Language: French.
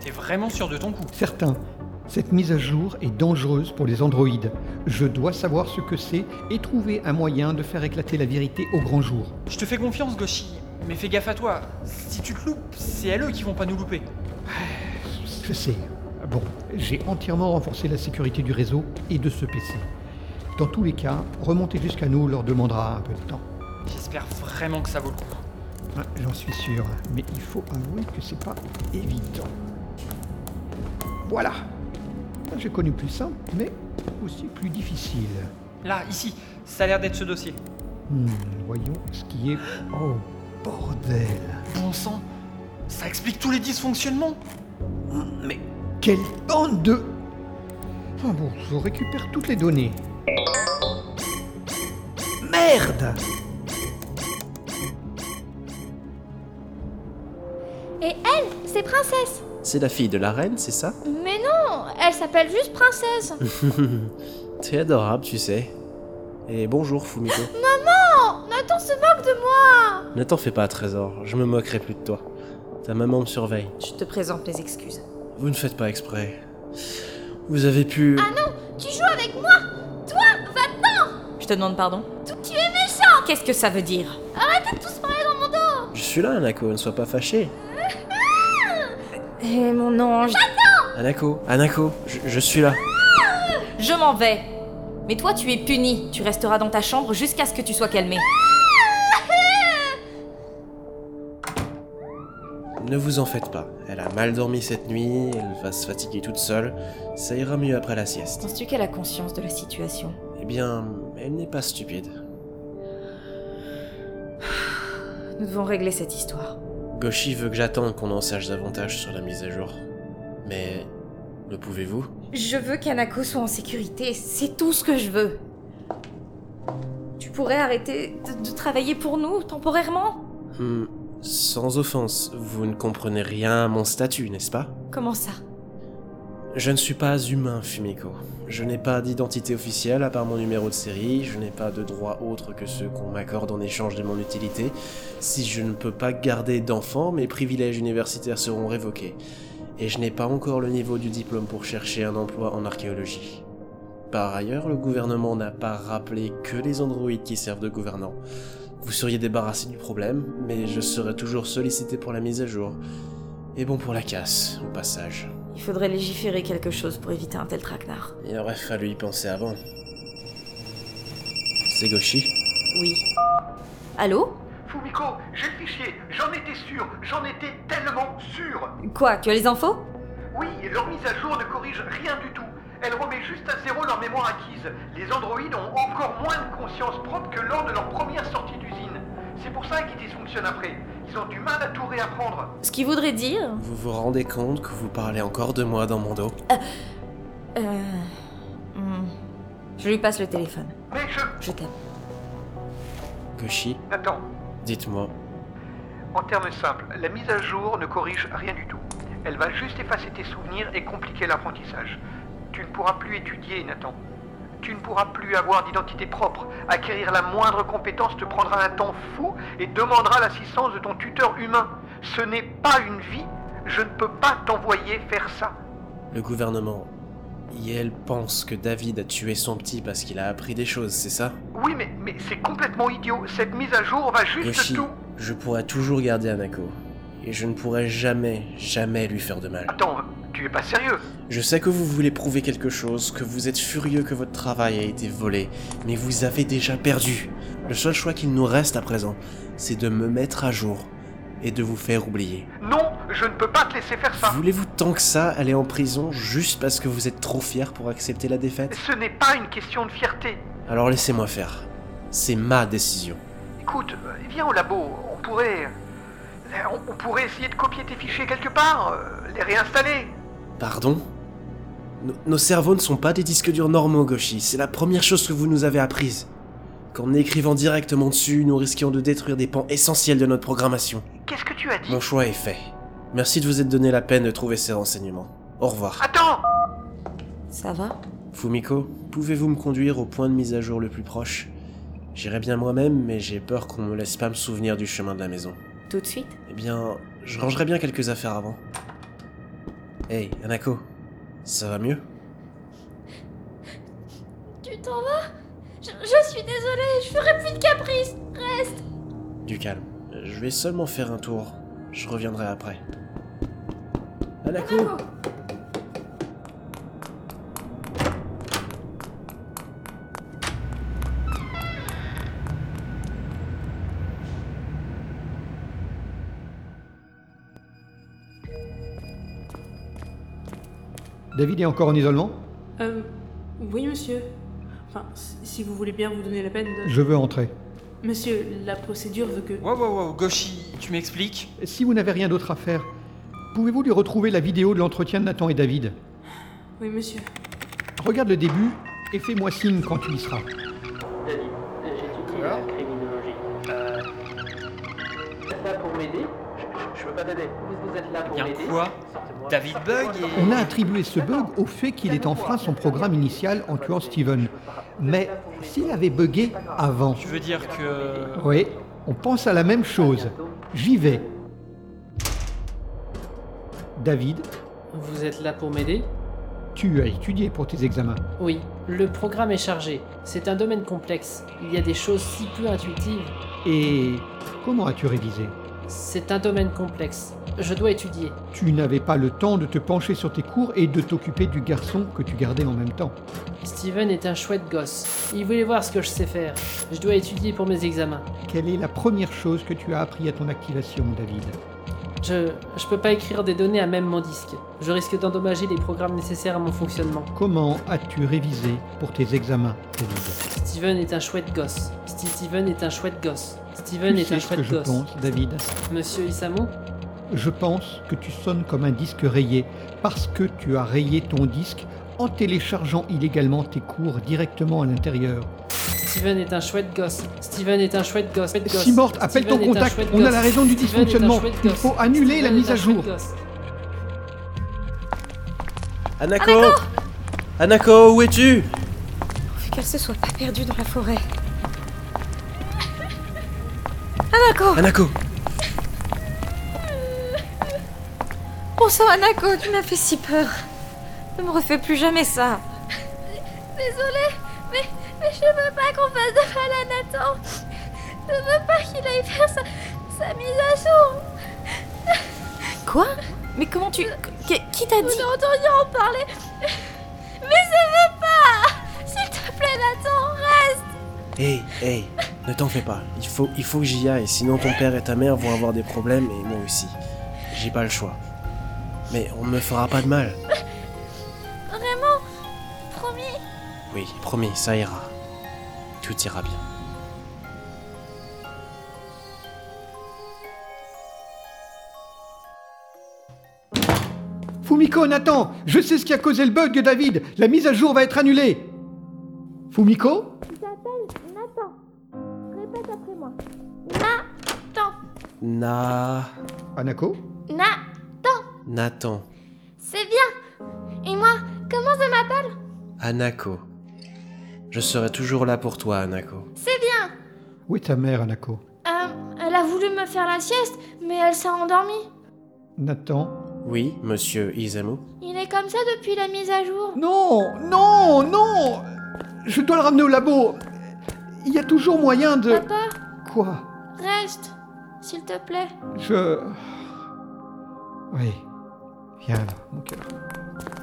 T'es vraiment sûr de ton coup Certain, cette mise à jour est dangereuse pour les androïdes. Je dois savoir ce que c'est et trouver un moyen de faire éclater la vérité au grand jour. Je te fais confiance, Goshi, mais fais gaffe à toi. Si tu te loupes, c'est à eux qui vont pas nous louper. Je sais. Bon, j'ai entièrement renforcé la sécurité du réseau et de ce PC. Dans tous les cas, remonter jusqu'à nous leur demandera un peu de temps. J'espère vraiment que ça vaut le coup. Ouais, J'en suis sûr, mais il faut avouer que c'est pas évident. Voilà. J'ai connu plus simple, mais aussi plus difficile. Là, ici, ça a l'air d'être ce dossier. Hmm, voyons ce qui est. Oh, bordel Bon sang, ça explique tous les dysfonctionnements Mais quelle bande de. Ah bon, je récupère toutes les données. Merde Et elle, c'est Princesse C'est la fille de la reine, c'est ça Mais non, elle s'appelle juste Princesse T'es adorable, tu sais. Et bonjour, Fumiko. Oh, Nathan se moque de moi ne t'en fais pas, Trésor, je me moquerai plus de toi. Ta maman me surveille. Je te présente mes excuses. Vous ne faites pas exprès. Vous avez pu... Ah non, tu joues avec moi Toi, va-t'en Je te demande pardon Tu es méchant Qu'est-ce que ça veut dire Arrêtez de tous parler dans mon dos Je suis là, Anako, ne sois pas fâché. Eh mon ange Anako, Anako, je, je suis là. Je m'en vais Mais toi, tu es puni. Tu resteras dans ta chambre jusqu'à ce que tu sois calmé. Ne vous en faites pas. Elle a mal dormi cette nuit, elle va se fatiguer toute seule. Ça ira mieux après la sieste. Penses-tu qu'elle a conscience de la situation Eh bien, elle n'est pas stupide. Nous devons régler cette histoire. Goshi veut que j'attende qu'on en sache davantage sur la mise à jour. Mais... Le pouvez-vous Je veux qu'Anako soit en sécurité, c'est tout ce que je veux. Tu pourrais arrêter de, de travailler pour nous temporairement Hmm, Sans offense, vous ne comprenez rien à mon statut, n'est-ce pas Comment ça Je ne suis pas humain, Fumiko. Je n'ai pas d'identité officielle à part mon numéro de série, je n'ai pas de droits autres que ceux qu'on m'accorde en échange de mon utilité. Si je ne peux pas garder d'enfants, mes privilèges universitaires seront révoqués. Et je n'ai pas encore le niveau du diplôme pour chercher un emploi en archéologie. Par ailleurs, le gouvernement n'a pas rappelé que les androïdes qui servent de gouvernants. Vous seriez débarrassé du problème, mais je serai toujours sollicité pour la mise à jour. Et bon pour la casse, au passage. Il faudrait légiférer quelque chose pour éviter un tel traquenard. Il aurait fallu y penser avant. C'est Goshi. Oui. Allô Fumiko, j'ai le fichier, j'en étais sûr, j'en étais tellement sûr. Quoi, tu as les infos Oui, leur mise à jour ne corrige rien du tout. Elle remet juste à zéro leur mémoire acquise. Les androïdes ont encore moins de conscience propre que lors de leur première sortie d'usine. C'est pour ça qu'ils dysfonctionnent après. Ils ont du mal à tout réapprendre. Ce qui voudrait dire... Vous vous rendez compte que vous parlez encore de moi dans mon dos Euh... hmm. Je lui passe le téléphone. Mais je... Je t'aime. Goshi, Attends, dites-moi, en termes simples, la mise à jour ne corrige rien du tout. Elle va juste effacer tes souvenirs et compliquer l'apprentissage. Tu ne pourras plus étudier, Nathan. Tu ne pourras plus avoir d'identité propre. Acquérir la moindre compétence te prendra un temps fou et demandera l'assistance de ton tuteur humain. Ce n'est pas une vie. Je ne peux pas t'envoyer faire ça. le gouvernement, Yel pense que David a tué son petit parce qu'il a appris des choses, c'est ça Oui, mais, mais c'est complètement idiot. Cette mise à jour va juste Goshi, tout. je pourrais toujours garder Anako. Et je ne pourrai jamais, jamais lui faire de mal. Attends, tu es pas sérieux Je sais que vous voulez prouver quelque chose, que vous êtes furieux que votre travail a été volé, mais vous avez déjà perdu. Le seul choix qu'il nous reste à présent, c'est de me mettre à jour et de vous faire oublier. Non, je ne peux pas te laisser faire ça. Voulez-vous tant que ça aller en prison juste parce que vous êtes trop fier pour accepter la défaite Ce n'est pas une question de fierté. Alors laissez-moi faire. C'est ma décision. Écoute, euh, viens au labo, on pourrait. euh, On, on pourrait essayer de copier tes fichiers quelque part, euh, les réinstaller. Pardon Nos- Nos cerveaux ne sont pas des disques durs normaux, Goshi. C'est la première chose que vous nous avez apprise. Qu'en écrivant directement dessus, nous risquions de détruire des pans essentiels de notre programmation. Qu'est-ce que tu as dit Mon choix est fait. Merci de vous être donné la peine de trouver ces renseignements. Au revoir. Attends Ça va Fumiko, pouvez-vous me conduire au point de mise à jour le plus proche J'irai bien moi-même, mais j'ai peur qu'on me laisse pas me souvenir du chemin de la maison. Tout de suite Eh bien, je rangerai bien quelques affaires avant. Hey, Anako, ça va mieux Tu t'en vas je, je suis désolée, je ferai plus de caprices. Reste. Du calme. Je vais seulement faire un tour. Je reviendrai après. Anako David est encore en isolement Euh, oui, monsieur. Enfin, si si vous voulez bien vous donner la peine de... Je veux entrer. Monsieur, la procédure veut que... Wow, wow, wow, Goshi, tu m'expliques Si vous n'avez rien d'autre à faire, pouvez-vous lui retrouver la vidéo de l'entretien de Nathan et David Oui, monsieur. Regarde le début et fais-moi signe quand tu y seras. David, j'étudie la criminologie. Euh, vous êtes là pour m'aider je, je- je veux pas t'aider. Vous, vous êtes là pour Bien m'aider quoi Sortez-moi. David Bug et... On a attribué ce bug au fait qu'il ait enfreint son programme initial en tuant Steven. Mais s'il avait bugué avant, Tu veux dire que... oui, on pense à la même chose. J'y vais. David, Vous êtes là pour m'aider tu as étudié pour tes examens. Oui, le programme est chargé. C'est un domaine complexe. Il y a des choses si peu intuitives. Et comment as-tu révisé C'est un domaine complexe. Je dois étudier. Tu n'avais pas le temps de te pencher sur tes cours et de t'occuper du garçon que tu gardais en même temps. Steven est un chouette gosse. Il voulait voir ce que je sais faire. Je dois étudier pour mes examens. Quelle est la première chose que tu as appris à ton activation, David Je... je peux pas écrire des données à même mon disque. Je risque d'endommager les programmes nécessaires à mon fonctionnement. Comment as-tu révisé pour tes examens, David Steven est un chouette gosse. Sti- Steven est un chouette gosse. Steven Tu est un sais ce que chouette je gosse. pense, David Monsieur Isamu Je pense que tu sonnes comme un disque rayé parce que tu as rayé ton disque en téléchargeant illégalement tes cours directement à l'intérieur. Steven est un chouette gosse. Steven est un chouette gosse. Chouette gosse. Si morte, appelle Steven ton est un contact. chouette On a gosse. la raison du Steven est un dysfonctionnement. chouette Il gosse. faut annuler Steven la est mise un à chouette jour. gosse. Anako Anako, où es-tu Pourvu qu'elle se soit pas perdue dans la forêt. Anako Anako Bon sang, Anako, tu m'as fait si peur. Ne me refais plus jamais ça. Désolée, mais, mais je veux pas qu'on fasse de mal à Nathan. Je veux pas qu'il aille faire sa, sa mise à jour. Quoi Mais comment tu... Qui qui t'a Vous dit entendu en parler. Mais je veux pas. S'il te plaît, Nathan, reste. Hey, hey, ne t'en fais pas. Il faut, il faut que j'y aille, sinon ton père et ta mère vont avoir des problèmes et moi aussi. J'ai pas le choix. Mais on ne me fera pas de mal. Vraiment, promis. Oui, promis, ça ira. Tout ira bien. Fumiko, Nathan, je sais ce qui a causé le bug, David. La mise à jour va être annulée. Fumiko J'appelle Nathan. Répète après moi. Nathan. Na... Anako Nathan. Nathan. C'est bien. Et moi, comment je m'appelle Anako. Je serai toujours là pour toi, Anako. C'est bien. Où est ta mère, Anako Euh, elle a voulu me faire la sieste, mais elle s'est endormie. Nathan Oui, monsieur Izamu Il est comme ça depuis la mise à jour. Non, non, non Je dois le ramener au labo. Il y a toujours moyen de... Papa, Quoi reste, s'il te plaît. Je... Oui. Viens là, mon cœur.